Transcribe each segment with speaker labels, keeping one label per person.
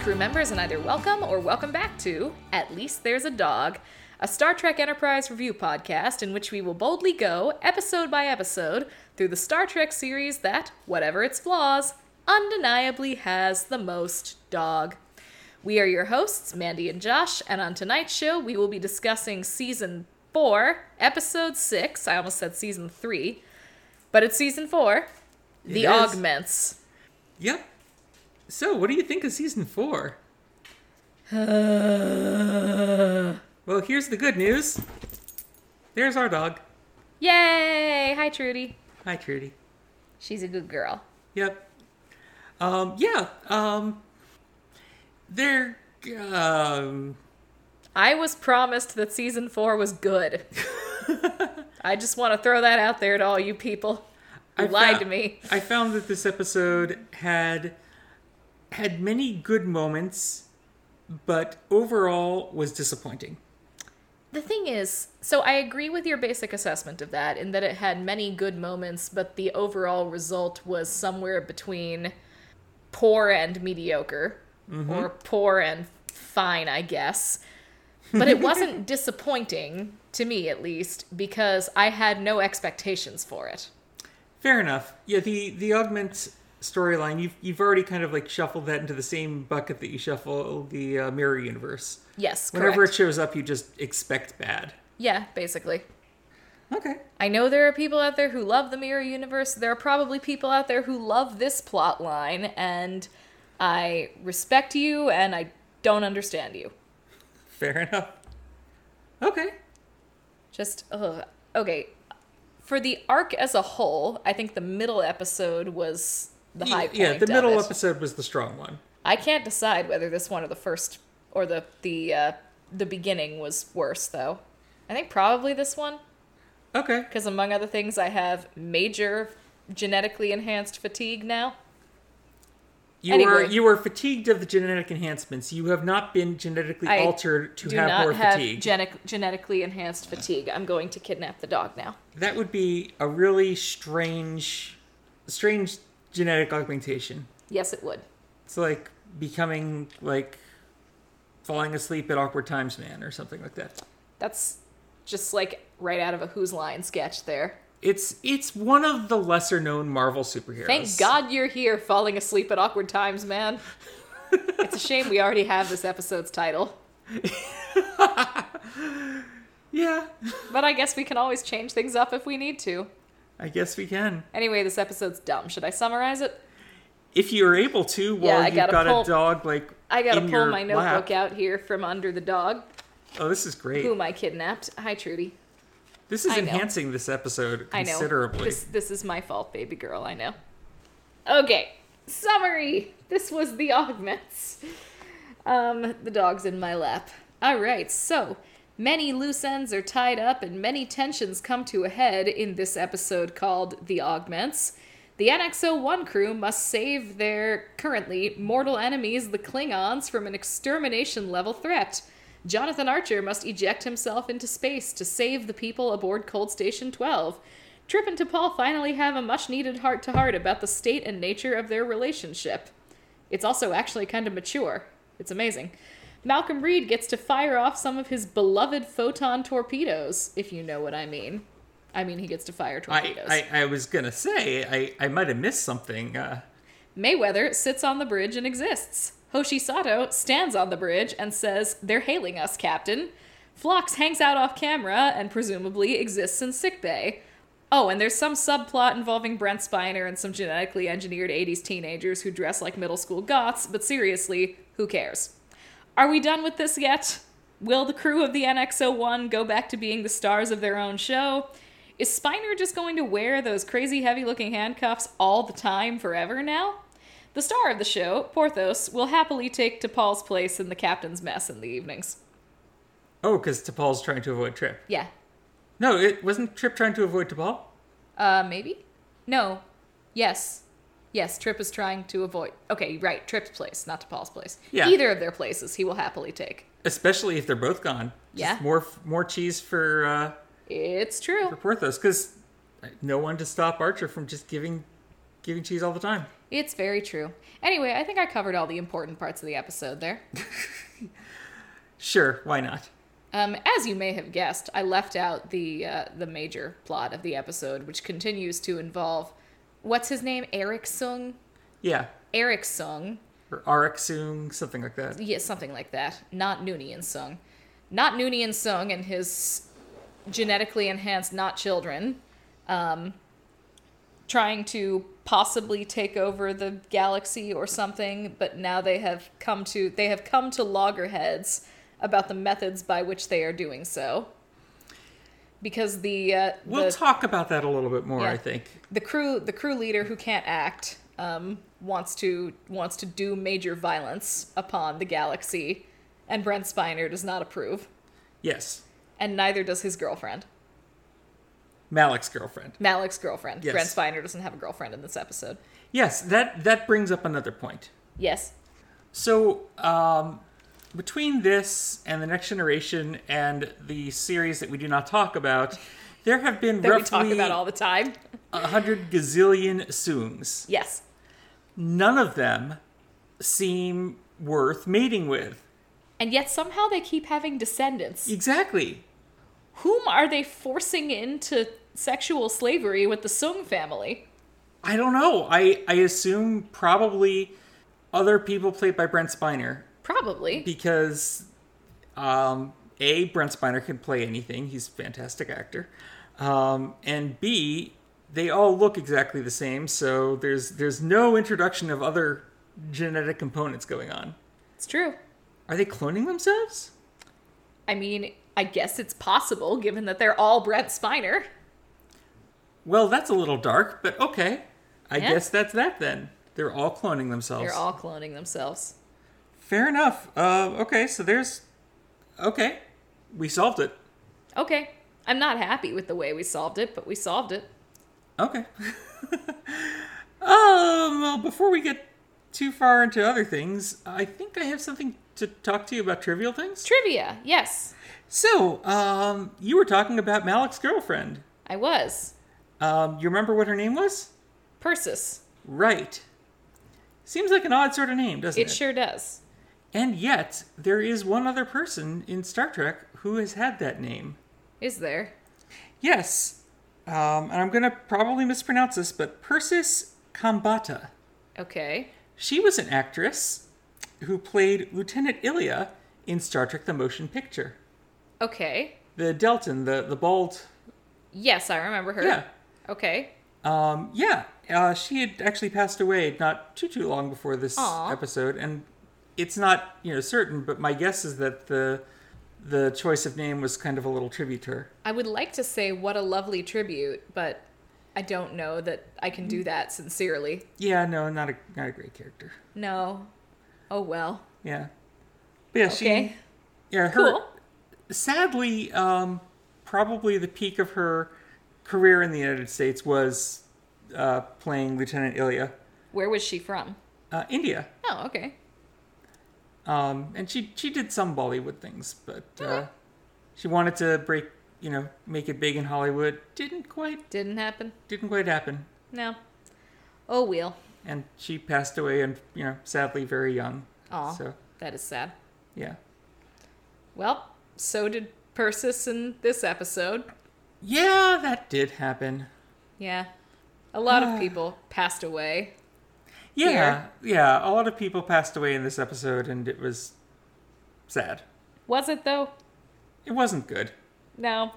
Speaker 1: crew members and either welcome or welcome back to At Least There's a Dog, a Star Trek Enterprise review podcast in which we will boldly go, episode by episode, through the Star Trek series that, whatever its flaws, undeniably has the most dog. We are your hosts, Mandy and Josh, and on tonight's show, we will be discussing season four, episode six. I almost said season three, but it's season four. The
Speaker 2: It is.
Speaker 1: Augments.
Speaker 2: Yep. So, what do you think of season four? Well, here's the good news. There's our dog.
Speaker 1: Yay! Hi, Trudy.
Speaker 2: Hi, Trudy.
Speaker 1: She's a good girl.
Speaker 2: Yep. Um, yeah. Um, they're. Um,
Speaker 1: I was promised that season four was good. I just want to throw that out there to all you people who
Speaker 2: I
Speaker 1: lied
Speaker 2: found-
Speaker 1: to me.
Speaker 2: I found that this episode had had many good moments, but overall was disappointing.
Speaker 1: The thing is, so I agree with your basic assessment of that, in that it had many good moments, but the overall result was somewhere between poor and mediocre, or poor and fine, I guess. But it wasn't disappointing, to me at least, because I had no expectations for it.
Speaker 2: Fair enough. Yeah, the the augment storyline you've you've already kind of like shuffled that into the same bucket that you shuffle the uh, mirror universe.
Speaker 1: Yes, correct.
Speaker 2: Whenever it shows up, you just expect bad.
Speaker 1: yeah, basically.
Speaker 2: Okay.
Speaker 1: I know there are people out there who love the mirror universe. There are probably people out there who love this plot line, and I respect you and I don't understand you.
Speaker 2: Fair enough. Okay.
Speaker 1: Just, ugh. Okay. For the arc as a whole, I think the middle episode was the high
Speaker 2: Y-
Speaker 1: point.
Speaker 2: yeah, the
Speaker 1: of
Speaker 2: middle
Speaker 1: it.
Speaker 2: episode was the strong one.
Speaker 1: I can't decide whether this one or the first or the the uh, the beginning was worse though. I think probably this one
Speaker 2: Okay.
Speaker 1: because among other things, I have major genetically enhanced fatigue now.
Speaker 2: You are
Speaker 1: Anyway.
Speaker 2: you are fatigued of the genetic enhancements. You have not been genetically
Speaker 1: I
Speaker 2: altered to
Speaker 1: do
Speaker 2: have
Speaker 1: not
Speaker 2: more
Speaker 1: have
Speaker 2: fatigue.
Speaker 1: genetic- genetically enhanced fatigue. I'm going to kidnap the dog now.
Speaker 2: that would be a really strange strange genetic augmentation.
Speaker 1: Yes, it would.
Speaker 2: It's like becoming like falling asleep at awkward times, man, or something like that.
Speaker 1: That's just like right out of a Who's Line sketch there.
Speaker 2: It's it's one of the lesser known Marvel superheroes.
Speaker 1: Thank God you're here, falling asleep at awkward times, man. it's a shame we already have this episode's title,
Speaker 2: Yeah,
Speaker 1: but I guess we can always change things up if we need to.
Speaker 2: I guess we can.
Speaker 1: Anyway, this episode's dumb. Should I summarize it?
Speaker 2: If you are able to, while
Speaker 1: I
Speaker 2: you've
Speaker 1: gotta
Speaker 2: got
Speaker 1: pull-
Speaker 2: a dog like
Speaker 1: I gotta
Speaker 2: in
Speaker 1: pull
Speaker 2: your
Speaker 1: my
Speaker 2: lap.
Speaker 1: notebook out here from under the dog,
Speaker 2: Oh, this is great.
Speaker 1: whom I kidnapped. Hi, Trudy.
Speaker 2: This is
Speaker 1: I know.
Speaker 2: enhancing this episode
Speaker 1: I know.
Speaker 2: considerably.
Speaker 1: This, this is my fault, baby girl. I know. Okay. Summary. This was the augments. Um, the dog's in my lap. All right. So many loose ends are tied up, and many tensions come to a head in this episode called the augments. The NX-01 crew must save their currently mortal enemies, the Klingons, from an extermination level threat. Jonathan Archer must eject himself into space to save the people aboard Cold Station 12. Trip and T'Pol finally have a much needed heart to heart about the state and nature of their relationship. It's also actually kind of mature. It's amazing. Malcolm Reed gets to fire off some of his beloved photon torpedoes, if you know what I mean. I mean, he gets to fire
Speaker 2: I,
Speaker 1: torpedoes.
Speaker 2: I I was gonna say I I might have missed something. Uh,
Speaker 1: Mayweather sits on the bridge and exists. Hoshi Sato stands on the bridge and says, They're hailing us, Captain. Phlox hangs out off camera and presumably exists in sickbay. Oh, and there's some subplot involving Brent Spiner and some genetically engineered 80s teenagers who dress like middle school goths, but seriously, who cares? Are we done with this yet? Will the crew of the NX01 go back to being the stars of their own show? Is Spiner just going to wear those crazy heavy looking handcuffs all the time forever now? The star of the show, Porthos, will happily take to Paul's place in the captain's mess in the evenings.
Speaker 2: oh, because T'Pol's trying to avoid Trip.
Speaker 1: Yeah.
Speaker 2: No, it wasn't Trip trying to avoid T'Pol.
Speaker 1: Uh, maybe? No. Yes. Yes, Trip is trying to avoid. Okay, right. Trip's place, not to Paul's place.
Speaker 2: Yeah.
Speaker 1: Either of their places he will happily take.
Speaker 2: especially if they're both gone. Just
Speaker 1: Yeah.
Speaker 2: more more cheese for uh,
Speaker 1: It's true.
Speaker 2: for Porthos because no one to stop Archer from just giving giving cheese all the time.
Speaker 1: It's very true. Anyway, I think I covered all the important parts of the episode there.
Speaker 2: Sure, why not?
Speaker 1: Um, as you may have guessed, I left out the uh, the major plot of the episode, which continues to involve what's his name, Eric Sung.
Speaker 2: Yeah.
Speaker 1: Eric Sung,
Speaker 2: Or Araxung, something like that.
Speaker 1: yeah, something like that. Not Noonien Sung, not Noonien Sung and his genetically enhanced not children, um, trying to possibly take over the galaxy or something. But now they have come to they have come to loggerheads about the methods by which they are doing so. Because the uh,
Speaker 2: We'll
Speaker 1: the,
Speaker 2: talk about that a little bit more,
Speaker 1: Yeah.
Speaker 2: I think.
Speaker 1: the crew the crew leader who can't act um, wants to wants to do major violence upon the galaxy and Brent Spiner does not approve
Speaker 2: Yes.
Speaker 1: and neither does his girlfriend
Speaker 2: Malik's girlfriend.
Speaker 1: Malik's girlfriend
Speaker 2: Yes.
Speaker 1: Brent Spiner doesn't have a girlfriend in this episode
Speaker 2: Yes, that that brings up another point.
Speaker 1: yes
Speaker 2: So, um, between this and the next generation and the series that we do not talk about, there have been
Speaker 1: that we
Speaker 2: roughly
Speaker 1: talk about all the time
Speaker 2: a hundred gazillion soongs.
Speaker 1: yes
Speaker 2: None of them seem worth mating with.
Speaker 1: and yet somehow they keep having descendants
Speaker 2: Exactly.
Speaker 1: whom are they forcing into sexual slavery with the Sung family
Speaker 2: I don't know. I I assume probably other people played by Brent Spiner
Speaker 1: probably
Speaker 2: because um, a Brent Spiner can play anything. He's a fantastic actor, um, and b they all look exactly the same. So there's there's no introduction of other genetic components going on.
Speaker 1: it's true
Speaker 2: Are they cloning themselves?
Speaker 1: I mean I guess it's possible given that they're all Brent Spiner
Speaker 2: Well, that's a little dark, but okay. I
Speaker 1: Yeah.
Speaker 2: guess that's that then. They're all cloning themselves.
Speaker 1: They're all cloning themselves.
Speaker 2: Fair enough. Uh, okay, so there's okay. We solved it.
Speaker 1: Okay. I'm not happy with the way we solved it, but we solved it.
Speaker 2: Okay. um, well, before we get too far into other things, I think I have something to talk to you about trivial things.
Speaker 1: Trivia. Yes,
Speaker 2: So, um, you were talking about Malik's girlfriend.
Speaker 1: I was.
Speaker 2: Um, you remember what her name was?
Speaker 1: Persis.
Speaker 2: Right. Seems like an odd sort of name, doesn't it?
Speaker 1: It sure does.
Speaker 2: And yet, there is one other person in Star Trek who has had that name.
Speaker 1: Is there?
Speaker 2: Yes. Um, and I'm going to probably mispronounce this, but Persis Kambata.
Speaker 1: Okay.
Speaker 2: She was an actress who played Lieutenant Ilya in Star Trek the Motion Picture.
Speaker 1: Okay.
Speaker 2: The Delton, the, the bald.
Speaker 1: Yes, I remember her.
Speaker 2: Yeah.
Speaker 1: Okay.
Speaker 2: Um, yeah. Uh, she had actually passed away not too, too long before this
Speaker 1: Aw.
Speaker 2: episode. And it's not, you know, certain, but my guess is that the the choice of name was kind of a little tribute to her.
Speaker 1: I would like to say what a lovely tribute, but I don't know that I can
Speaker 2: Mm.
Speaker 1: do that sincerely.
Speaker 2: Yeah, no, not a, not a great character.
Speaker 1: No. Oh well.
Speaker 2: Yeah. But yeah,
Speaker 1: Okay.
Speaker 2: she. Yeah, her.
Speaker 1: Cool.
Speaker 2: sadly, um, probably the peak of her career in the United States was uh, playing Lieutenant Ilya,
Speaker 1: Where was she from?
Speaker 2: uh, India,
Speaker 1: Oh, okay.
Speaker 2: um, and she she did some Bollywood things, but uh,
Speaker 1: Okay.
Speaker 2: she wanted to break, you know, make it big in Hollywood. Didn't quite
Speaker 1: Didn't happen.
Speaker 2: didn't quite happen,
Speaker 1: No. Oh well.
Speaker 2: and she passed away, and you know, sadly, very young.
Speaker 1: Aw.
Speaker 2: So
Speaker 1: That is sad.
Speaker 2: yeah,
Speaker 1: Well, so did Persis in this episode.
Speaker 2: yeah, that did happen.
Speaker 1: Yeah. A lot of people passed away.
Speaker 2: Yeah, yeah, a lot of people passed away in this episode, and it was sad.
Speaker 1: Was it though?
Speaker 2: It wasn't good.
Speaker 1: No.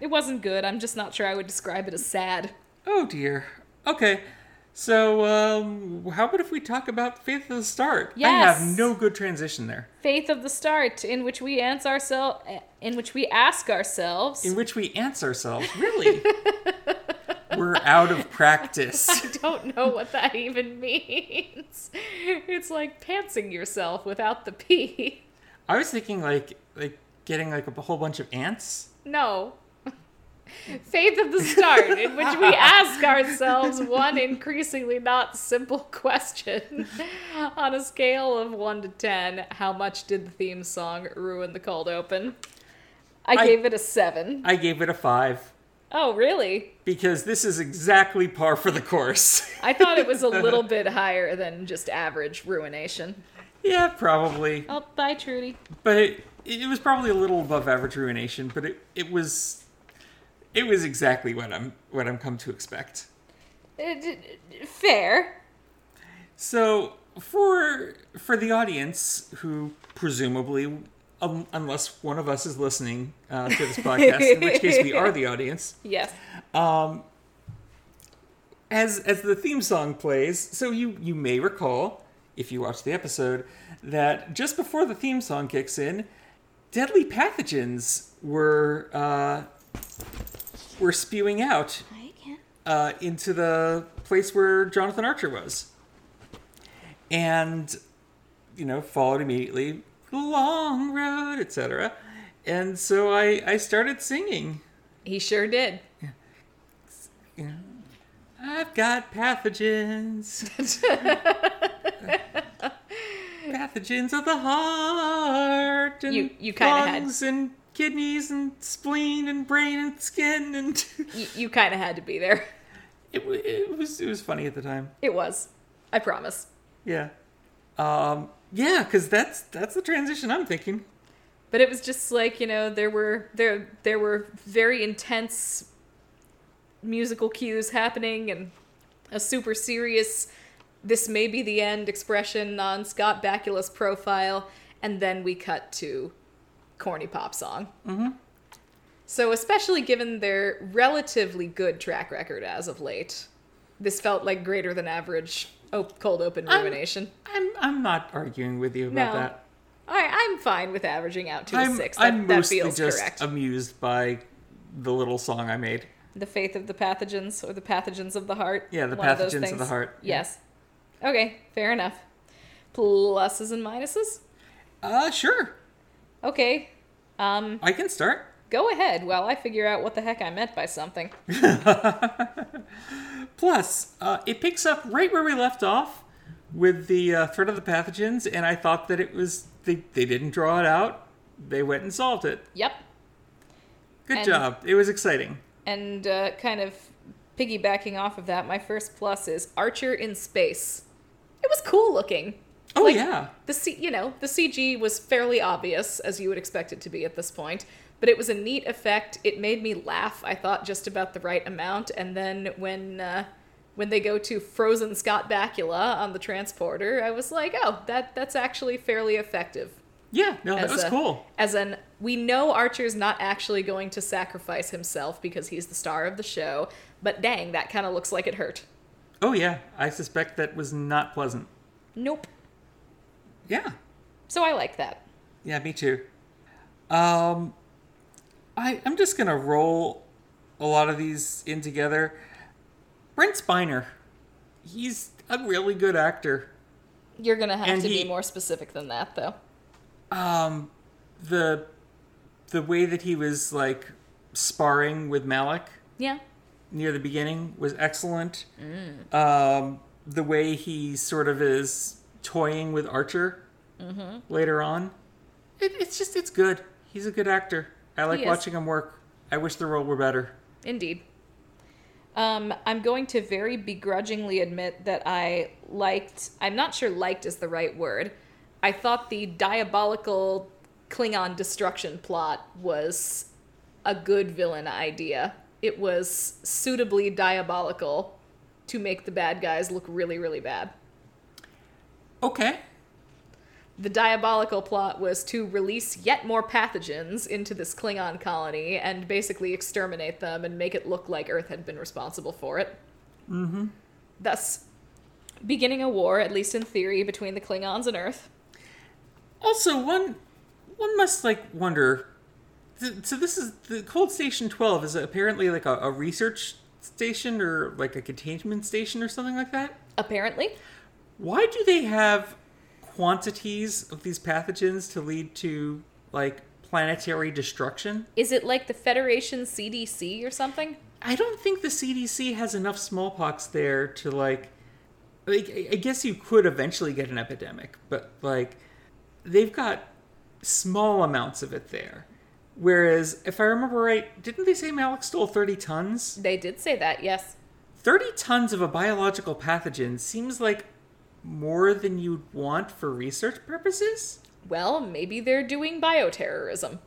Speaker 1: It wasn't good. I'm just not sure I would describe it as sad.
Speaker 2: Oh dear. Okay. So, um, how about if we talk about Faith of the Start? I
Speaker 1: Yes.
Speaker 2: have no good transition there.
Speaker 1: Faith of the Start, in which we answer ourselves, in which we ask ourselves.
Speaker 2: In which we answer ourselves, really? We're out of practice.
Speaker 1: I don't know what that even means. It's like pantsing yourself without the pee.
Speaker 2: I was thinking like like getting like a whole bunch of ants.
Speaker 1: No. Faith of the Start, in which we ask ourselves one increasingly not simple question. On a scale of 1 to 10, how much did the theme song ruin the cold open? I,
Speaker 2: I-
Speaker 1: gave it a 7.
Speaker 2: I gave it a five.
Speaker 1: Oh, really?
Speaker 2: because this is exactly par for the course.
Speaker 1: I thought it was a little bit higher than just average ruination.
Speaker 2: yeah, probably.
Speaker 1: Oh, bye, Trudy.
Speaker 2: But it, it was probably a little above average ruination, but it, it was it was exactly what I'm what I'm come to expect.
Speaker 1: Uh, d- d- Fair.
Speaker 2: So for for the audience who presumably, um, unless one of us is listening uh, to this podcast, in which case we are the audience,
Speaker 1: Yes.
Speaker 2: as as the theme song plays. So you you may recall, if you watched the episode, that just before the theme song kicks in, deadly pathogens were uh, were spewing out
Speaker 1: I can.
Speaker 2: uh, into the place where Jonathan Archer was. And, you know, followed immediately, the long road, etc. And so I, I started singing.
Speaker 1: He sure did.
Speaker 2: You know, I've got pathogens. pathogens of the heart and
Speaker 1: You- you kinda had-
Speaker 2: lungs and kidneys and spleen and brain and skin and
Speaker 1: Y- you kind of had to be there.
Speaker 2: it, wa- it was it was funny at the time.
Speaker 1: It was. I promise.
Speaker 2: Yeah. Um, yeah, because that's that's the transition I'm thinking.
Speaker 1: But it was just like you know there were there there were very intense musical cues happening and a super serious this may be the end expression on Scott Bakula's profile and then we cut to corny pop song. Mm-hmm. So especially given their relatively good track record as of late, this felt like greater than average op- cold open
Speaker 2: I'm-
Speaker 1: rumination.
Speaker 2: I'm I'm not arguing with you about
Speaker 1: No.
Speaker 2: that.
Speaker 1: I, I'm fine with averaging out to a
Speaker 2: I'm,
Speaker 1: six. That,
Speaker 2: I'm
Speaker 1: that
Speaker 2: mostly
Speaker 1: feels
Speaker 2: just
Speaker 1: correct.
Speaker 2: amused by the little song I made.
Speaker 1: the faith of the pathogens or the pathogens of the heart.
Speaker 2: Yeah, the pathogens of the
Speaker 1: things.
Speaker 2: heart, yeah.
Speaker 1: Yes. Okay, fair enough. Pluses and minuses?
Speaker 2: Uh, sure,
Speaker 1: Okay. Um,
Speaker 2: I can start.
Speaker 1: go ahead while I figure out what the heck I meant by something.
Speaker 2: Plus, uh, it picks up right where we left off with the uh, threat of the pathogens, and I thought that it was they they didn't draw it out. They went and solved it.
Speaker 1: Yep.
Speaker 2: Good
Speaker 1: And-
Speaker 2: job. It was exciting.
Speaker 1: And uh, kind of piggybacking off of that, my first plus is Archer in space. It was cool looking.
Speaker 2: Oh
Speaker 1: Like,
Speaker 2: yeah.
Speaker 1: the C- you know the CG was fairly obvious as you would expect it to be at this point, but it was a neat effect. It made me laugh. I thought just about the right amount, and then when uh, when they go to frozen Scott Bakula on the transporter, I was like, oh, that that's actually fairly effective.
Speaker 2: Yeah. No, Oh, that
Speaker 1: as
Speaker 2: was
Speaker 1: a-
Speaker 2: cool.
Speaker 1: As an we know Archer's not actually going to sacrifice himself because he's the star of the show, but dang, that kind of looks like it hurt.
Speaker 2: Oh yeah. I suspect that was not pleasant.
Speaker 1: Nope.
Speaker 2: Yeah.
Speaker 1: So I like that.
Speaker 2: Yeah, me too. Um, I I'm just gonna roll a lot of these in together. Brent Spiner, he's a really good actor.
Speaker 1: You're gonna have
Speaker 2: And
Speaker 1: to
Speaker 2: he-
Speaker 1: be more specific than that, though.
Speaker 2: Um, the the way that he was like sparring with Malik
Speaker 1: Yeah.
Speaker 2: near the beginning was excellent. Um, the way he sort of is toying with Archer later on, it, it's just it's good. He's a good actor. I like
Speaker 1: is.
Speaker 2: watching him work. I wish the role were better.
Speaker 1: Indeed. Um, I'm going to very begrudgingly admit that I liked, I'm not sure liked is the right word. I thought the diabolical Klingon destruction plot was a good villain idea. It was suitably diabolical to make the bad guys look really, really bad.
Speaker 2: Okay.
Speaker 1: The diabolical plot was to release yet more pathogens into this Klingon colony and basically exterminate them and make it look like Earth had been responsible for it. Mm-hmm. Thus, beginning a war, at least in theory, between the Klingons and Earth.
Speaker 2: Also, one one must like wonder. th- So this is the Cold Station Twelve is apparently like a, a research station or like a containment station or something like that.
Speaker 1: Apparently,
Speaker 2: Why do they have quantities of these pathogens to lead to like planetary destruction?
Speaker 1: is it like the Federation CDC or something?
Speaker 2: I don't think the CDC has enough smallpox there to like. Like, I I guess you could eventually get an epidemic, but like, they've got small amounts of it there. Whereas, if I remember right, didn't they say Malik stole 30 tons?
Speaker 1: They did say that, yes.
Speaker 2: 30 tons of a biological pathogen seems like more than you'd want for research purposes.
Speaker 1: Well, maybe they're doing bioterrorism.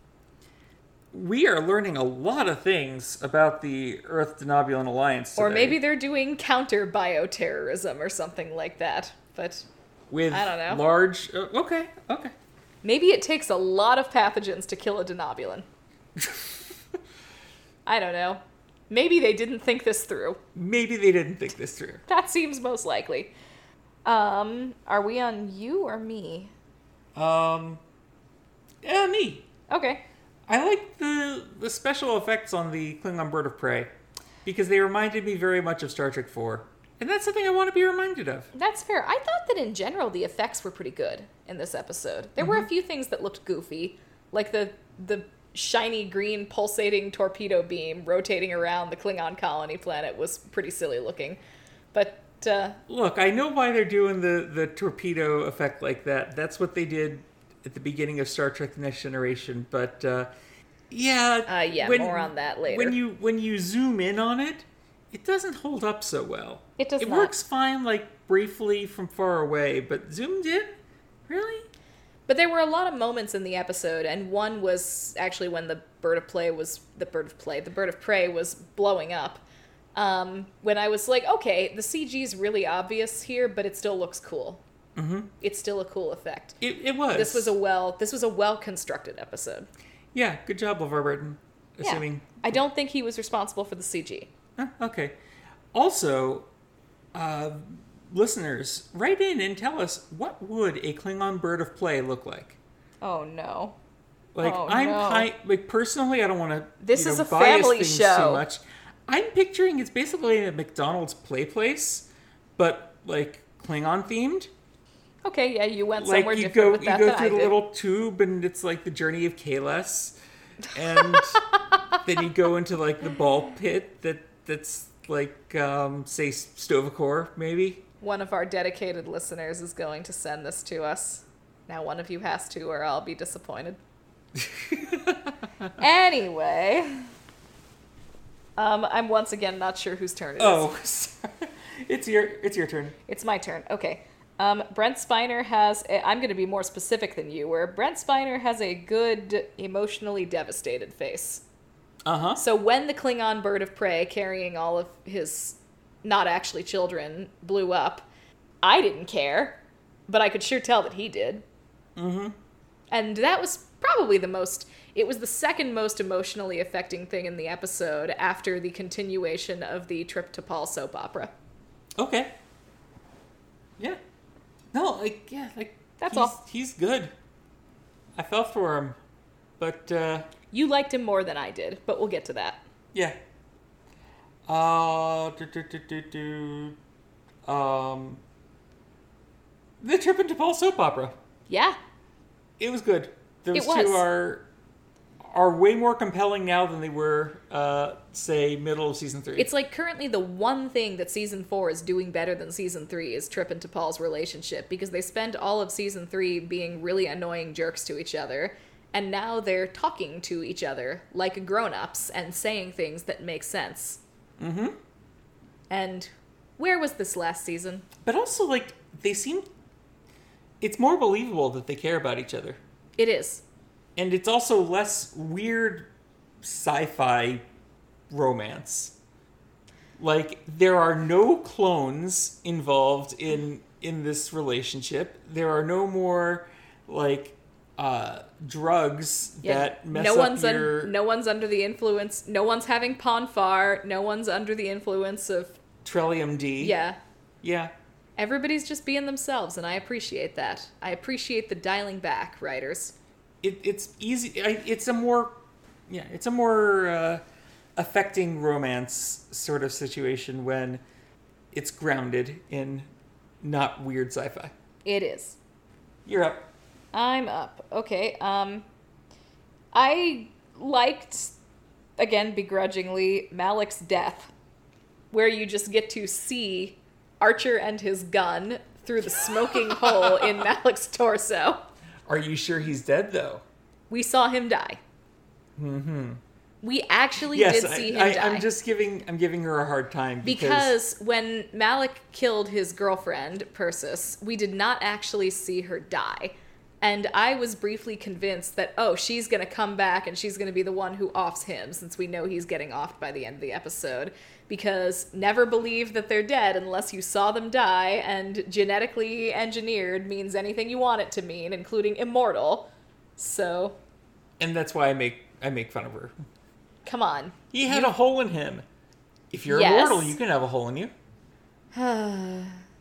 Speaker 2: We are learning a lot of things about the Earth Denobulan Alliance.
Speaker 1: Or
Speaker 2: today.
Speaker 1: maybe they're doing counter bioterrorism or something like that. But
Speaker 2: with
Speaker 1: I don't know.
Speaker 2: large. Uh, okay, okay.
Speaker 1: maybe it takes a lot of pathogens to kill a denobulin. I don't know. Maybe they didn't think this through.
Speaker 2: Maybe they didn't think this through.
Speaker 1: That seems most likely. Um, are we on you or me?
Speaker 2: Um, yeah, me.
Speaker 1: Okay.
Speaker 2: I like the the special effects on the Klingon bird of prey because they reminded me very much of Star Trek Four, and that's something I want to be reminded of.
Speaker 1: That's fair. I thought that in general the effects were pretty good in this episode. There were a few things that looked goofy, like the the shiny green pulsating torpedo beam rotating around the Klingon colony planet was pretty silly looking. But uh,
Speaker 2: Look, I know why they're doing the the torpedo effect like that. That's what they did at the beginning of Star Trek: The Next Generation, but. Uh, yeah.
Speaker 1: Uh, yeah, more on that later.
Speaker 2: When you when you zoom in on it, it doesn't hold up so well.
Speaker 1: It does
Speaker 2: It
Speaker 1: not.
Speaker 2: works fine, like briefly from far away, but zoomed in, really?
Speaker 1: But there were a lot of moments in the episode, and one was actually when the bird of play was the bird of play, the bird of prey was blowing up. Um, when I was like, okay, the CG's really obvious here, but it still looks cool. Mm-hmm. It's still a cool effect.
Speaker 2: It, it was.
Speaker 1: This was a well. This was a well constructed episode.
Speaker 2: Yeah, good job, LeVar Burton.
Speaker 1: Yeah.
Speaker 2: Assuming.
Speaker 1: I don't think he was responsible for the CG.
Speaker 2: Huh, okay. Also, uh, listeners, write in and tell us what would a Klingon bird of play look like.
Speaker 1: Oh no.
Speaker 2: Like
Speaker 1: Oh,
Speaker 2: I'm
Speaker 1: no.
Speaker 2: kind like personally, I don't want to.
Speaker 1: This
Speaker 2: you
Speaker 1: is
Speaker 2: know,
Speaker 1: a
Speaker 2: bias
Speaker 1: family
Speaker 2: things
Speaker 1: show.
Speaker 2: Too much. I'm picturing it's basically a McDonald's play place, but like Klingon themed.
Speaker 1: Okay, yeah, you went
Speaker 2: Like
Speaker 1: somewhere
Speaker 2: you
Speaker 1: different
Speaker 2: go,
Speaker 1: with
Speaker 2: you
Speaker 1: that
Speaker 2: go
Speaker 1: than I
Speaker 2: through the
Speaker 1: did.
Speaker 2: little tube, and it's like the journey of Kalos, and then you go into like the ball pit that that's like um, say Stovacor maybe.
Speaker 1: One of our dedicated listeners is going to send this to us. Now, one of you has to, or I'll be disappointed. anyway, um, I'm once again not sure whose turn it is.
Speaker 2: Oh, sorry. it's your it's your turn.
Speaker 1: It's my turn. Okay. Um, Brent Spiner has. A, I'm going to be more specific than you, where Brent Spiner has a good, emotionally devastated face.
Speaker 2: Uh huh.
Speaker 1: So when the Klingon bird of prey carrying all of his not actually children blew up, I didn't care, but I could sure tell that he did. Mm-hmm. And that was probably the most. It was the second most emotionally affecting thing in the episode after the continuation of the trip to Paul soap opera.
Speaker 2: Okay. Yeah. No, like yeah, like
Speaker 1: That's
Speaker 2: he's,
Speaker 1: all.
Speaker 2: He's good. I fell for him, but uh,
Speaker 1: You liked him more than I did, but we'll get to that.
Speaker 2: yeah. Uh, do, do, do, do, do. um, the trip into Paul soap opera.
Speaker 1: Yeah,
Speaker 2: It was good. Those
Speaker 1: was.
Speaker 2: two are are way more compelling now than they were, uh, say, middle of season three.
Speaker 1: It's like currently the one thing that season four is doing better than season three is Trip and T'Pol's relationship because they spend all of season three being really annoying jerks to each other, and now they're talking to each other like grown ups and saying things that make sense.
Speaker 2: Mm-hmm.
Speaker 1: Mm hmm. And where was this last season?
Speaker 2: but also, like, they seem. It's more believable that they care about each other.
Speaker 1: It is.
Speaker 2: and it's also less weird sci-fi romance like there are no clones involved in in this relationship there are no more like uh drugs that mess
Speaker 1: no
Speaker 2: up
Speaker 1: one's un-
Speaker 2: your
Speaker 1: no one's under the influence. No one's having Ponfar. No one's under the influence of
Speaker 2: trillium d
Speaker 1: yeah.
Speaker 2: yeah
Speaker 1: Everybody's just being themselves, and I appreciate that. I appreciate the dialing back, writers.
Speaker 2: it, it's easy I, it's a more yeah it's a more uh, affecting romance sort of situation when it's grounded in not weird sci-fi
Speaker 1: It is.
Speaker 2: you're up
Speaker 1: I'm up. Okay. Um, I liked, again, begrudgingly, Malik's death, where you just get to see Archer and his gun through the smoking hole in Malik's torso.
Speaker 2: are you sure he's dead though
Speaker 1: We saw him die. We actually
Speaker 2: Mm-hmm. yes,
Speaker 1: did see him
Speaker 2: I,
Speaker 1: die.
Speaker 2: I, am just giving I'm giving her a hard time because,
Speaker 1: Because when Malik killed his girlfriend, Persis, we did not actually see her die. And I was briefly convinced that, oh, she's going to come back and she's going to be the one who offs him since we know he's getting offed by the end of the episode. Because never believe that they're dead unless you saw them die, and genetically engineered means anything you want it to mean, including immortal. So,
Speaker 2: and that's why I make I make fun of her.
Speaker 1: come on.
Speaker 2: He had a hole in him. If you're
Speaker 1: Yes.
Speaker 2: immortal, you can have a hole in you.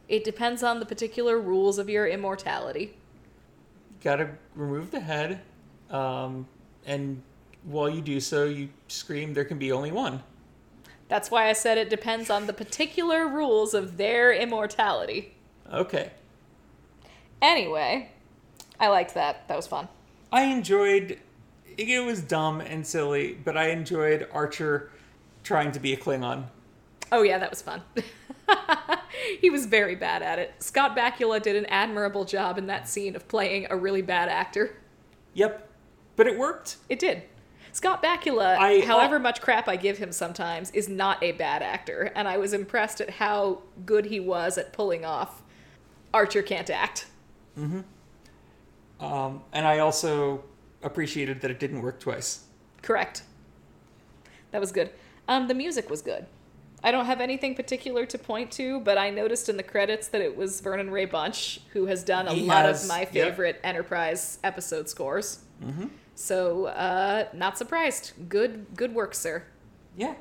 Speaker 1: It depends on the particular rules of your immortality.
Speaker 2: You gotta remove the head, um, and while you do so, you scream, "There can be only one."
Speaker 1: That's why I said it depends on the particular rules of their immortality.
Speaker 2: Okay.
Speaker 1: Anyway, I liked that. That was fun.
Speaker 2: I enjoyed. It was dumb and silly, but I enjoyed Archer trying to be a Klingon.
Speaker 1: Oh, yeah, that was fun. he was very bad at it. Scott Bakula did an admirable job in that scene of playing a really bad actor.
Speaker 2: Yep, but it worked.
Speaker 1: It did. Scott Bakula,
Speaker 2: I-
Speaker 1: however much crap I give him sometimes, is not a bad actor, and I was impressed at how good he was at pulling off Archer can't act.
Speaker 2: Um, and I also appreciated that it didn't work twice.
Speaker 1: Correct. That was good. Um, the music was good. I don't have anything particular to point to, but I noticed in the credits that it was Vernon Ray Bunch who has done a
Speaker 2: He
Speaker 1: lot
Speaker 2: has,
Speaker 1: of my
Speaker 2: yep.
Speaker 1: favorite Enterprise episode scores. Mm-hmm. So, uh, not surprised. Good, good work, sir.
Speaker 2: Yeah.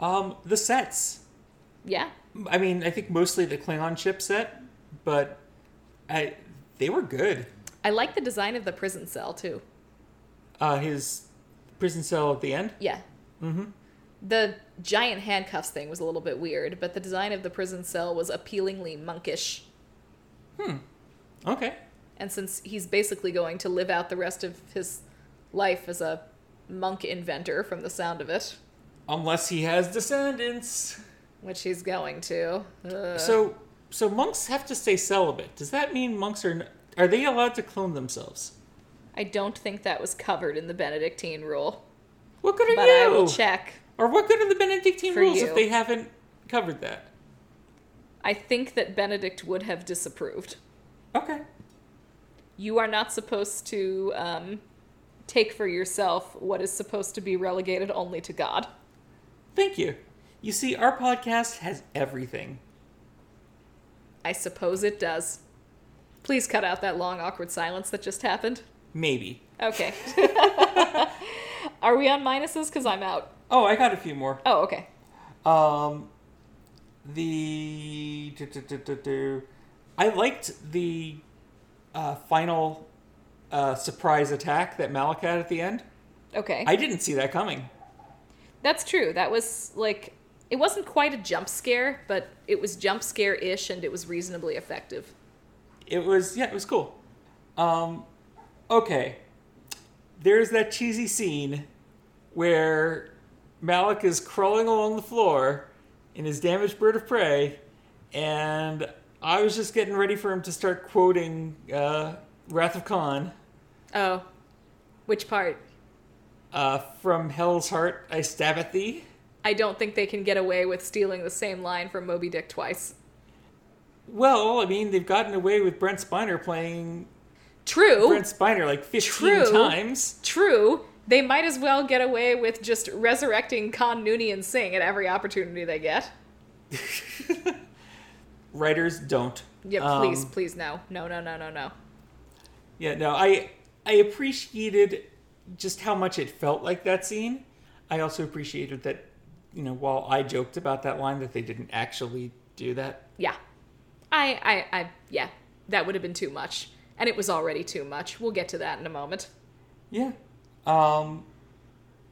Speaker 2: Um, the sets.
Speaker 1: Yeah,
Speaker 2: I mean, I think mostly the Klingon ship set, but I they were good.
Speaker 1: I like the design of the prison cell too.
Speaker 2: Uh, his prison cell at the end.
Speaker 1: Yeah. Mm-hmm. The giant handcuffs thing was a little bit weird, but the design of the prison cell was appealingly monkish.
Speaker 2: Okay.
Speaker 1: And since he's basically going to live out the rest of his life as a monk inventor from the sound of it,
Speaker 2: Unless he has descendants.
Speaker 1: which he's going to. uh, Ugh.
Speaker 2: So so monks have to stay celibate. Does that mean monks are n- are they allowed to clone themselves?
Speaker 1: I don't think that was covered in the Benedictine rule,
Speaker 2: What good are
Speaker 1: but
Speaker 2: you?
Speaker 1: I will check.
Speaker 2: Or what good are the Benedictine
Speaker 1: For
Speaker 2: rules
Speaker 1: you.
Speaker 2: if they haven't covered that?
Speaker 1: I think that Benedict would have disapproved.
Speaker 2: Okay.
Speaker 1: You are not supposed to um, take for yourself what is supposed to be relegated only to God.
Speaker 2: Thank you. You see, our podcast has everything.
Speaker 1: I suppose it does. Please cut out that long, awkward silence that just happened.
Speaker 2: Maybe.
Speaker 1: Okay. Are we on minuses? Because I'm out.
Speaker 2: Oh, I got a few more.
Speaker 1: Oh, okay.
Speaker 2: Um, the do, do, do, do, do. I liked the uh, final uh, surprise attack that Malik had at the end.
Speaker 1: Okay.
Speaker 2: I didn't see that coming.
Speaker 1: That's true. That was like, it wasn't quite a jump scare, but it was jump scare ish and it was reasonably effective.
Speaker 2: It was yeah, it was cool. Um, okay, there's that cheesy scene where Malik is crawling along the floor in his damaged bird of prey, and I was just getting ready for him to start quoting uh, Wrath of Khan.
Speaker 1: Oh. Which part?
Speaker 2: Uh, from Hell's Heart, I stab at thee.
Speaker 1: I don't think they can get away with stealing the same line from Moby Dick twice.
Speaker 2: Well, I mean, they've gotten away with Brent Spiner playing
Speaker 1: True.
Speaker 2: Brent Spiner like 15
Speaker 1: Oh, True.
Speaker 2: times.
Speaker 1: True. They might as well get away with just resurrecting Khan Nooney and Singh at every opportunity they get.
Speaker 2: Writers don't.
Speaker 1: Yeah,
Speaker 2: Um,
Speaker 1: please, please, no. No, no, no, no, no.
Speaker 2: Yeah, no, I I appreciated just how much it felt like that scene. I also appreciated that, you know, while I joked about that line, that they didn't actually do that.
Speaker 1: Yeah. I, I, I, yeah. That would have been too much. And it was already too much. We'll get to that in a moment.
Speaker 2: Yeah. Um,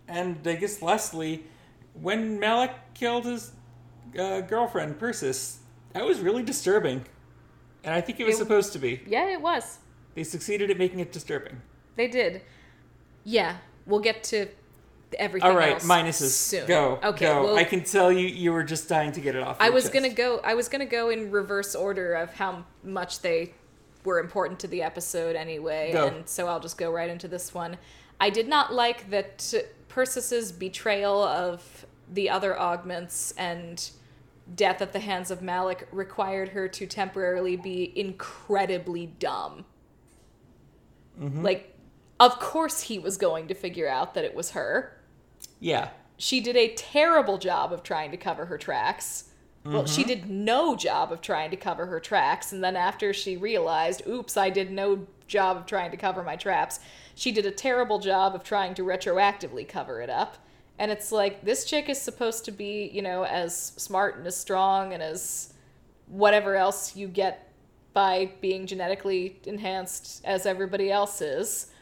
Speaker 2: and I guess lastly, when Malik killed his uh, girlfriend, Persis, that was really disturbing. And I think it was
Speaker 1: It-
Speaker 2: supposed to be.
Speaker 1: Yeah, it was.
Speaker 2: They succeeded at making it disturbing.
Speaker 1: They did. Yeah. We'll get to everything
Speaker 2: All right,
Speaker 1: else
Speaker 2: minuses.
Speaker 1: soon.
Speaker 2: Go.
Speaker 1: Okay.
Speaker 2: Go.
Speaker 1: well,
Speaker 2: I can tell you, you were just dying to get it off.
Speaker 1: I
Speaker 2: your
Speaker 1: was
Speaker 2: chest.
Speaker 1: gonna go. I was gonna go in reverse order of how much they were important to the episode, anyway.
Speaker 2: Go.
Speaker 1: And so I'll just go right into this one. I did not like that Persis' betrayal of the other augments and death at the hands of Malik required her to temporarily be incredibly dumb.
Speaker 2: Mm-hmm.
Speaker 1: Like, of course he was going to figure out that it was her.
Speaker 2: Yeah.
Speaker 1: She did a terrible job of trying to cover her tracks. Well, she did no job of trying to cover her tracks, and then after she realized, oops, I did no job of trying to cover my traps, she did a terrible job of trying to retroactively cover it up. And it's like, this chick is supposed to be, you know, as smart and as strong and as whatever else you get by being genetically enhanced as everybody else is.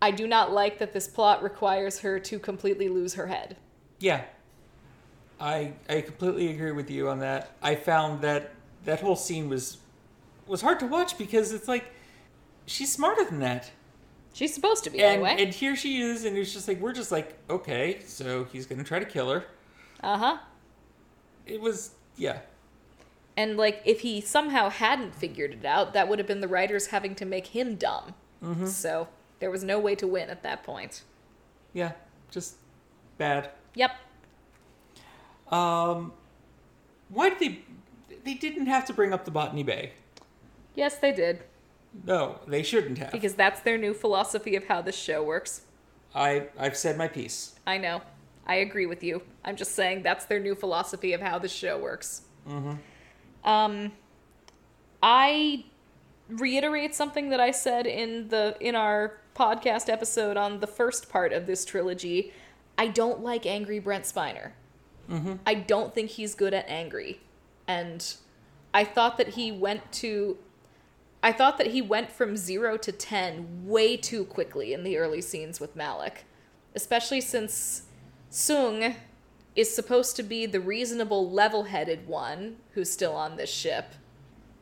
Speaker 1: I do not like that this plot requires her to completely lose her head.
Speaker 2: Yeah. I I completely agree with you on that. I found that that whole scene was was hard to watch because it's like she's smarter than that.
Speaker 1: She's supposed to be,
Speaker 2: And
Speaker 1: anyway.
Speaker 2: and here she is and it's just like we're just like okay, so he's going to try to kill her.
Speaker 1: uh huh.
Speaker 2: It was yeah.
Speaker 1: And like, if he somehow hadn't figured it out, that would have been the writers having to make him dumb. So there was no way to win at that point.
Speaker 2: Yeah. Just bad.
Speaker 1: Yep.
Speaker 2: Um why did they they didn't have to bring up the Botany Bay?
Speaker 1: Yes, they did.
Speaker 2: No, they shouldn't have.
Speaker 1: Because that's their new philosophy of how this show works.
Speaker 2: I I've said my piece.
Speaker 1: I know. I agree with you. I'm just saying that's their new philosophy of how the show works. Mm-hmm. Um, I reiterate something that I said in the in our podcast episode on the first part of this trilogy. I don't like angry Brent Spiner. I don't think he's good at angry, and I thought that he went to. I thought that he went from zero to ten way too quickly in the early scenes with Malik, especially since Sung is supposed to be the reasonable, level headed one who's still on this ship,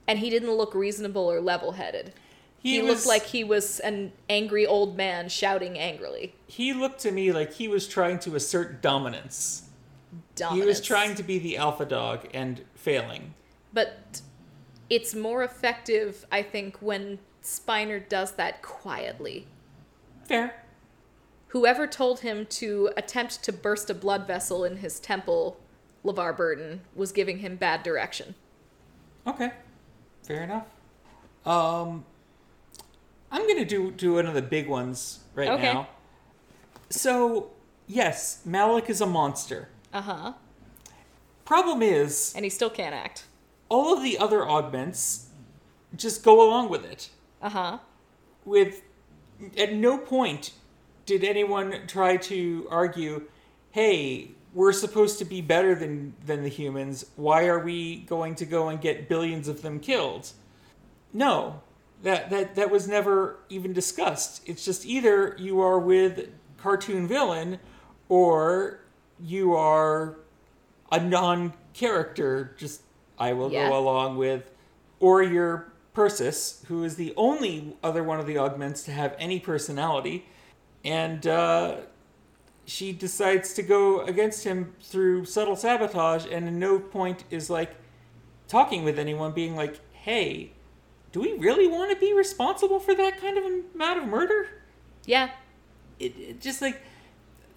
Speaker 1: and he didn't look reasonable or level headed. He,
Speaker 2: was-
Speaker 1: looked like he was an angry old man shouting angrily.
Speaker 2: he looked to me like he was trying to assert dominance.
Speaker 1: Dominance.
Speaker 2: He was trying to be the alpha dog and failing.
Speaker 1: but it's more effective, I think, when Spiner does that quietly.
Speaker 2: Fair.
Speaker 1: Whoever told him to attempt to burst a blood vessel in his temple, LeVar Burton, was giving him bad direction.
Speaker 2: Okay. Fair enough. Um I'm going to do do one of the big ones right
Speaker 1: Okay.
Speaker 2: now. So, yes, Malik is a monster.
Speaker 1: Uh
Speaker 2: Uh-huh.
Speaker 1: huh.
Speaker 2: Problem is,
Speaker 1: And he still can't act.
Speaker 2: all of the other augments just go along with it.
Speaker 1: Uh huh.
Speaker 2: with at no point did anyone try to argue hey we're supposed to be better than than the humans why are we going to go and get billions of them killed no that that that was never even discussed it's just either you are with cartoon villain or you are a non character just i will
Speaker 1: Yeah.
Speaker 2: go along with or your Persis, who is the only other one of the augments to have any personality, and uh, she decides to go against him through subtle sabotage, and at no point is like talking with anyone, being like, "Hey, do we really want to be responsible for that kind of amount of murder?"
Speaker 1: Yeah.
Speaker 2: It, it just like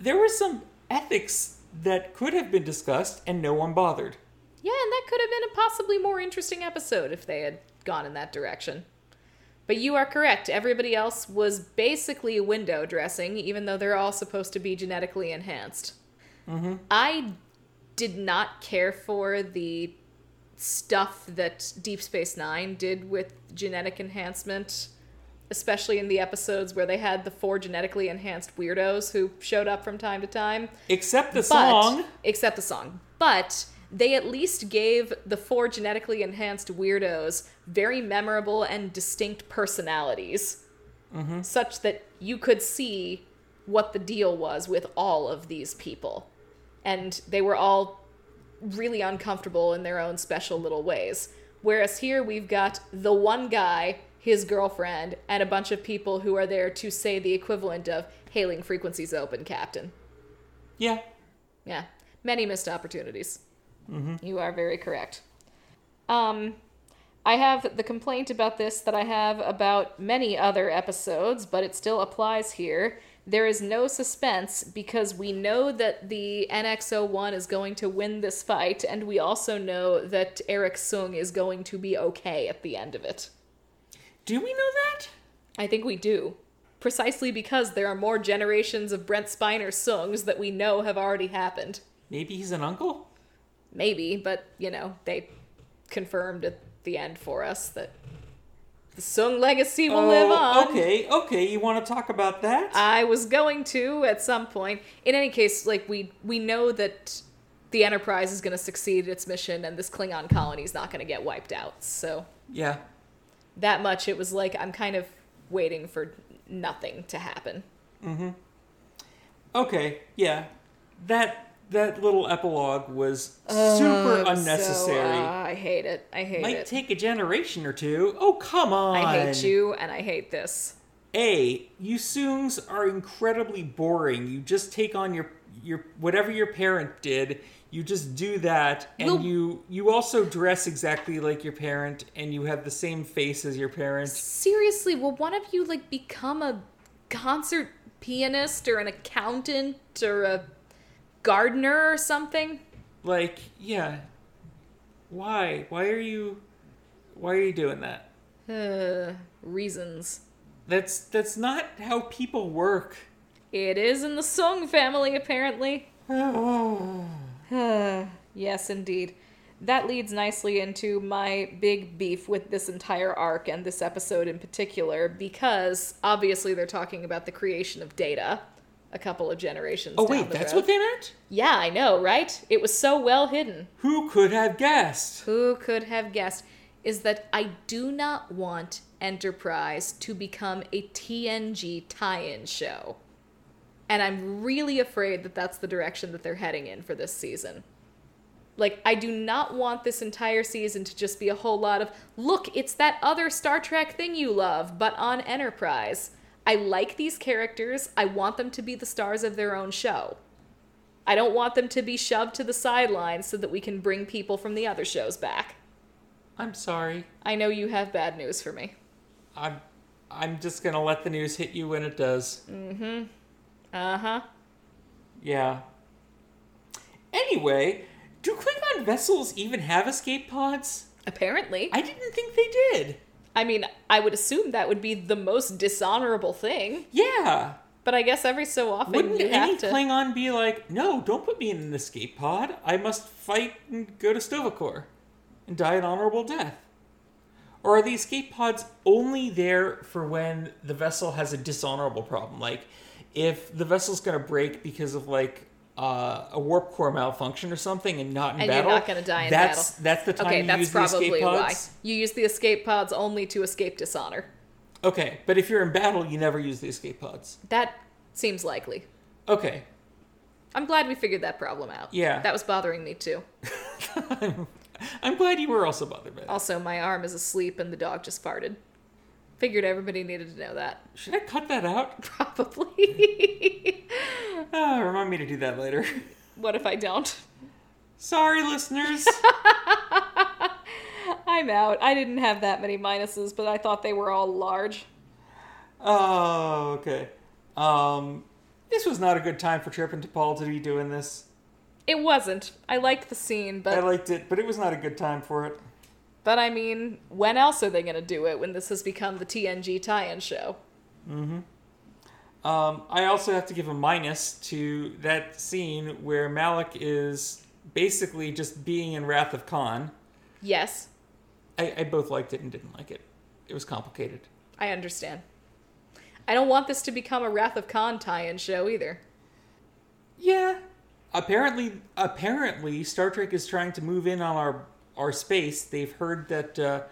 Speaker 2: there was some ethics that could have been discussed, and no one bothered.
Speaker 1: Yeah, and that could have been a possibly more interesting episode if they had gone in that direction. But you are correct. Everybody else was basically window dressing, even though they're all supposed to be genetically enhanced. I did not care for the stuff that Deep Space Nine did with genetic enhancement, especially in the episodes where they had the four genetically enhanced weirdos who showed up from time to time
Speaker 2: Except the
Speaker 1: but,
Speaker 2: song.
Speaker 1: Except the song. But they at least gave the four genetically enhanced weirdos very memorable and distinct personalities,
Speaker 2: Mm-hmm.
Speaker 1: such that you could see what the deal was with all of these people. And they were all really uncomfortable in their own special little ways. Whereas here we've got the one guy, his girlfriend, and a bunch of people who are there to say the equivalent of hailing frequencies open, Captain.
Speaker 2: Yeah.
Speaker 1: Yeah, many missed opportunities. You are very correct. Um, I have the complaint about this that I have about many other episodes, but it still applies here. There is no suspense because we know that the NX01 is going to win this fight, and we also know that Eric Sung is going to be okay at the end of it.
Speaker 2: Do we know that?
Speaker 1: I think we do. Precisely because there are more generations of Brent Spiner Sungs that we know have already happened.
Speaker 2: Maybe he's an uncle?
Speaker 1: Maybe, but you know, they confirmed at the end for us that the Sung legacy will live on.
Speaker 2: Oh, Okay, okay. You want to talk about that?
Speaker 1: I was going to at some point. In any case, like we we know that the Enterprise is going to succeed its mission and this Klingon colony is not going to get wiped out. So
Speaker 2: yeah.
Speaker 1: that much it was like I'm kind of waiting for nothing to happen.
Speaker 2: Okay. Yeah. That that little epilogue was super unnecessary.
Speaker 1: Oh, So, uh, I hate it. I hate
Speaker 2: Might
Speaker 1: it.
Speaker 2: take a generation or two. Oh come on.
Speaker 1: I hate you and I hate this.
Speaker 2: A, you Soongs are incredibly boring. You just take on your your whatever your parent did. You just do that, and
Speaker 1: Well-
Speaker 2: you you also dress exactly like your parent, and you have the same face as your parent.
Speaker 1: Seriously, will one of you like become a concert pianist or an accountant or a gardener or something?
Speaker 2: Like, yeah. Why? Why are you? Why are you doing that?
Speaker 1: Uh, reasons.
Speaker 2: That's that's not how people work.
Speaker 1: It is in the Sung family, apparently.
Speaker 2: Oh.
Speaker 1: yes, indeed. That leads nicely into my big beef with this entire arc and this episode in particular, because obviously they're talking about the creation of data a couple of generations.
Speaker 2: Oh
Speaker 1: down
Speaker 2: wait,
Speaker 1: the
Speaker 2: that's
Speaker 1: road.
Speaker 2: what they meant.
Speaker 1: Yeah, I know, right? It was so well hidden.
Speaker 2: Who could have guessed?
Speaker 1: Who could have guessed? Is that I do not want Enterprise to become a TNG tie in show. And I'm really afraid that that's the direction that they're heading in for this season. Like, I do not want this entire season to just be a whole lot of, look, it's that other Star Trek thing you love, but on Enterprise. I like these characters. I want them to be the stars of their own show. I don't want them to be shoved to the sidelines so that we can bring people from the other shows back.
Speaker 2: I'm sorry.
Speaker 1: I know you have bad news for me.
Speaker 2: I'm I'm just gonna let the news hit you when it does.
Speaker 1: Uh
Speaker 2: Uh-huh.
Speaker 1: huh.
Speaker 2: Yeah. Anyway, do Klingon vessels even have escape pods?
Speaker 1: Apparently. I-,
Speaker 2: I didn't think they did.
Speaker 1: mean, I would assume that would be the most dishonorable thing,
Speaker 2: Yeah.
Speaker 1: but I guess every so often
Speaker 2: Wouldn't
Speaker 1: you
Speaker 2: any
Speaker 1: have to.
Speaker 2: Klingon be like, no, don't put me in an escape pod. I must fight and go to Stovacor and die an honorable death. Or are the escape pods only there for when the vessel has a dishonorable problem? Like, if the vessel's going to break because of, like, uh, a warp core malfunction or something and not in
Speaker 1: And you're
Speaker 2: battle.
Speaker 1: not gonna die in
Speaker 2: that's, That's the time
Speaker 1: okay,
Speaker 2: you
Speaker 1: that's
Speaker 2: use the
Speaker 1: probably
Speaker 2: escape
Speaker 1: why.
Speaker 2: pods.
Speaker 1: You use the escape pods only to escape dishonor.
Speaker 2: Okay, but if you're in battle, you never use the escape pods.
Speaker 1: That seems likely.
Speaker 2: Okay.
Speaker 1: I'm glad we figured that problem out.
Speaker 2: Yeah.
Speaker 1: That was bothering me too.
Speaker 2: I'm glad you were also bothered by that.
Speaker 1: Also, my arm is asleep and the dog just farted. Figured everybody needed to know that.
Speaker 2: Should I cut that out?
Speaker 1: Probably.
Speaker 2: Oh, remind me to do that later.
Speaker 1: what if I don't?
Speaker 2: Sorry, listeners.
Speaker 1: I'm out. I didn't have that many minuses, but I thought they were all large.
Speaker 2: oh, okay. Um, this was not a good time for Trip and Paul to be doing this.
Speaker 1: It wasn't. I liked the scene,
Speaker 2: I
Speaker 1: but
Speaker 2: liked it, but it was not a good time for it.
Speaker 1: but I mean, when else are they going to do it when this has become the TNG tie-in show?
Speaker 2: Um, I also have to give a minus to that scene where Malik is basically just being in Wrath of Khan.
Speaker 1: Yes,
Speaker 2: I, I both liked it and didn't like it. It was complicated.
Speaker 1: I understand. I don't want this to become a Wrath of Khan tie-in show either.
Speaker 2: Yeah. Apparently, apparently, Star Trek is trying to move in on our our space. They've heard that uh,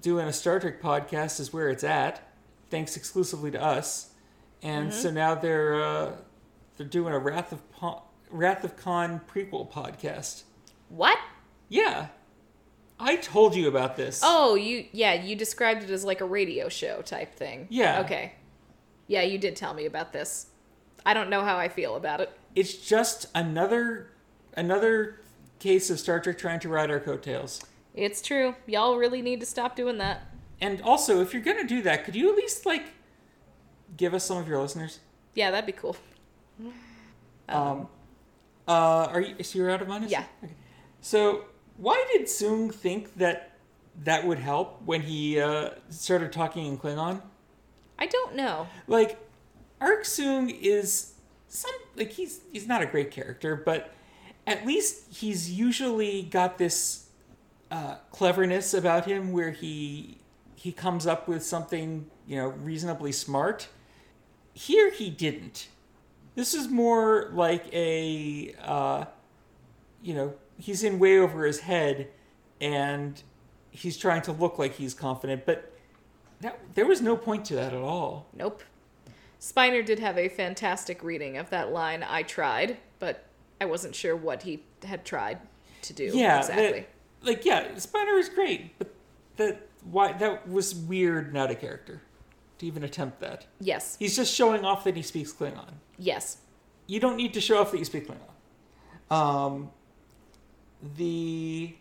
Speaker 2: doing a Star Trek podcast is where it's at, thanks exclusively to us. And
Speaker 1: Mm-hmm.
Speaker 2: so now they're uh, they're doing a Wrath of Pon- Wrath of Khan prequel podcast.
Speaker 1: What?
Speaker 2: Yeah, I told you about this.
Speaker 1: Oh, you yeah, you described it as like a radio show type thing.
Speaker 2: Yeah.
Speaker 1: Okay. Yeah, you did tell me about this. I don't know how I feel about it.
Speaker 2: It's just another another case of Star Trek trying to ride our coattails.
Speaker 1: It's true. Y'all really need to stop doing that.
Speaker 2: And also, if you're gonna do that, could you at least like give us some of your listeners?
Speaker 1: Yeah, that'd be cool.
Speaker 2: Um, uh, are you? So you're out of minus.
Speaker 1: Yeah.
Speaker 2: Okay. So why did Sung think that that would help when he uh, started talking in Klingon?
Speaker 1: I don't know.
Speaker 2: Like, Ark Sung is some like he's he's not a great character, but at least he's usually got this uh, cleverness about him where he he comes up with something you know reasonably smart. Here he didn't. This is more like a uh, you know he's in way over his head, and he's trying to look like he's confident, but that, there was no point to that at all.
Speaker 1: Nope. Spiner did have a fantastic reading of that line I tried, but I wasn't sure what he had tried to do
Speaker 2: yeah, that-
Speaker 1: exactly.
Speaker 2: like yeah, Spider is great, but that why that was weird, not a character, to even attempt that.
Speaker 1: Yes.
Speaker 2: He's just showing off that he speaks Klingon.
Speaker 1: Yes.
Speaker 2: You don't need to show off that you speak Klingon. Um, the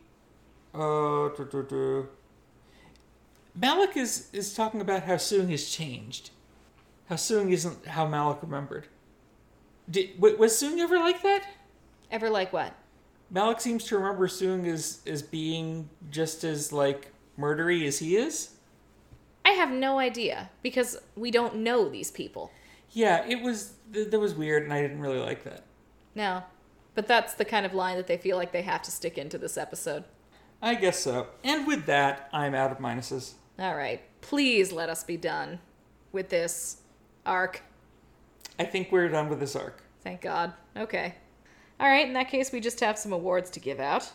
Speaker 2: uh, duh, duh, duh. Malik is is talking about how Soong has changed, how Soong isn't how Malik remembered. Did wa- was Soong ever like that?
Speaker 1: Ever like what?
Speaker 2: Malik seems to remember Soong as as being just as like murdery as he is.
Speaker 1: I have no idea because we don't know these people.
Speaker 2: Yeah, it was th- that was weird, and I didn't really like that.
Speaker 1: No. But that's the kind of line that they feel like they have to stick into this episode.
Speaker 2: I guess so. And with that, I'm out of minuses.
Speaker 1: All right. Please let us be done with this arc.
Speaker 2: I think we're done with this arc.
Speaker 1: Thank God. Okay. All right. In that case, we just have some awards to give out.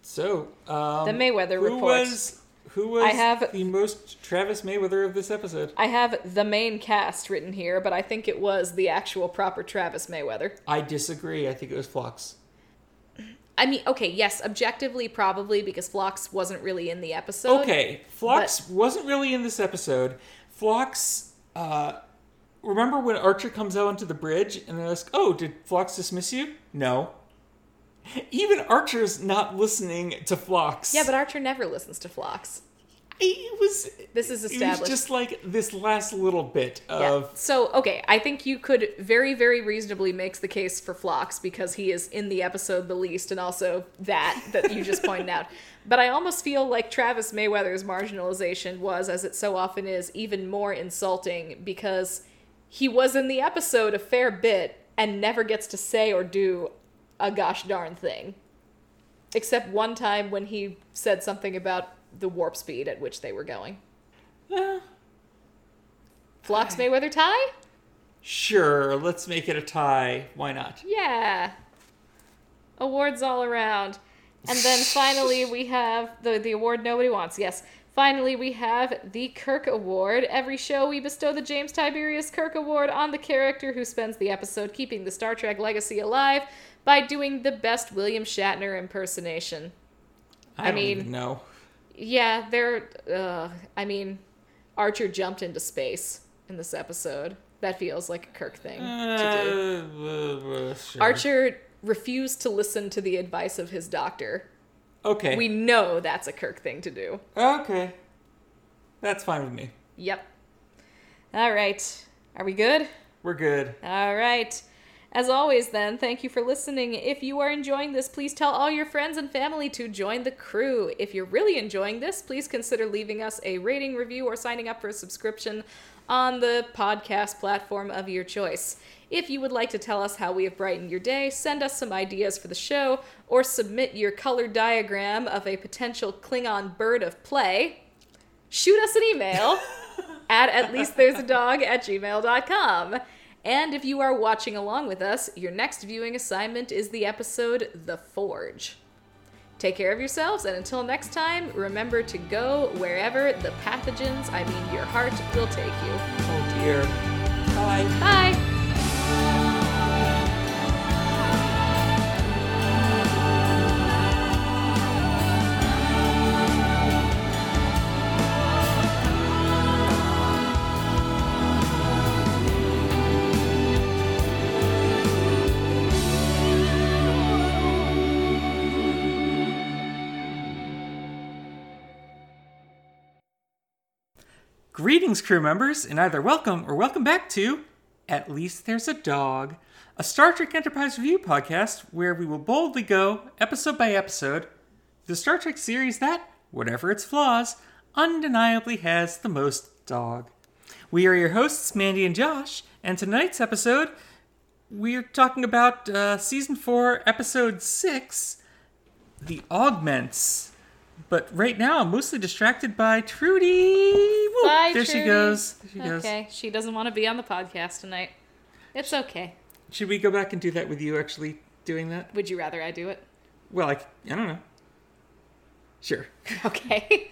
Speaker 2: So um,
Speaker 1: The Mayweather
Speaker 2: who
Speaker 1: report.
Speaker 2: was who was
Speaker 1: I have-
Speaker 2: the most Travis Mayweather of this episode?
Speaker 1: I have the main cast written here, but I think it was the actual proper Travis Mayweather.
Speaker 2: I disagree. I think it was Phlox.
Speaker 1: I mean, okay, yes, objectively, probably because Phlox wasn't really in the episode.
Speaker 2: Okay, Phlox wasn't really in this episode. Phlox, uh, remember when Archer comes out onto the bridge and they're like, oh, did Phlox dismiss you? No. Even Archer's not listening to Phlox.
Speaker 1: Yeah, but Archer never listens to Phlox.
Speaker 2: it was.
Speaker 1: This is
Speaker 2: It was
Speaker 1: established.
Speaker 2: just like this last little bit
Speaker 1: Yeah.
Speaker 2: of.
Speaker 1: So, okay, I think you could very, very reasonably make the case for Phlox because he is in the episode the least, and also that that you just pointed out. But I almost feel like Travis Mayweather's marginalization was, as it so often is, even more insulting because he was in the episode a fair bit and never gets to say or do a gosh darn thing. Except one time when he said something about the warp speed at which they were going.
Speaker 2: "Eh,
Speaker 1: Phlox Mayweather tie?
Speaker 2: sure, let's make it a tie. Why not?
Speaker 1: Yeah. Awards all around. And then finally we have the the award nobody wants. Yes. Finally we have the Kirk Award. Every show we bestow the James Tiberius Kirk Award on the character who spends the episode keeping the Star Trek legacy alive by doing the best William Shatner impersonation.
Speaker 2: I,
Speaker 1: I
Speaker 2: don't
Speaker 1: mean-
Speaker 2: even know.
Speaker 1: Yeah, they're uh I mean Archer jumped into space in this episode. That feels like a Kirk thing to do.
Speaker 2: Uh, uh, sure.
Speaker 1: Archer refused to listen to the advice of his doctor.
Speaker 2: Okay.
Speaker 1: We know that's a Kirk thing to do.
Speaker 2: Okay. That's fine with me.
Speaker 1: Yep. All right. Are we good?
Speaker 2: We're good.
Speaker 1: All right. As always, then, thank you for listening. If you are enjoying this, please tell all your friends and family to join the crew. If you're really enjoying this, please consider leaving us a rating, review, or signing up for a subscription on the podcast platform of your choice. If you would like to tell us how we have brightened your day, send us some ideas for the show, or submit your color diagram of a potential Klingon bird of play, shoot us an email at at least there's a dog at gmail.com. And if you are watching along with us, your next viewing assignment is the episode The Forge. Take care of yourselves, and until next time, remember to go wherever the pathogens, I mean your heart, will take you.
Speaker 2: Oh dear. Bye.
Speaker 1: Bye!
Speaker 2: Greetings, crew members, and either welcome or welcome back to At Least There's a Dog, a Star Trek Enterprise review podcast where we will boldly go, episode by episode, the Star Trek series that, whatever its flaws, undeniably has the most dog. We are your hosts, Mandy and Josh, and tonight's episode, we're talking about uh, season four, episode six, The Augments. But right now, I'm mostly distracted by Trudy. Woo,
Speaker 1: Bye,
Speaker 2: there she
Speaker 1: Trudy.
Speaker 2: goes. There she goes.
Speaker 1: Okay, she doesn't want to be on the podcast tonight. It's okay.
Speaker 2: Should we go back and do that with you actually doing that?
Speaker 1: Would you rather I do it?
Speaker 2: Well, I, I don't know. Sure.
Speaker 1: Okay.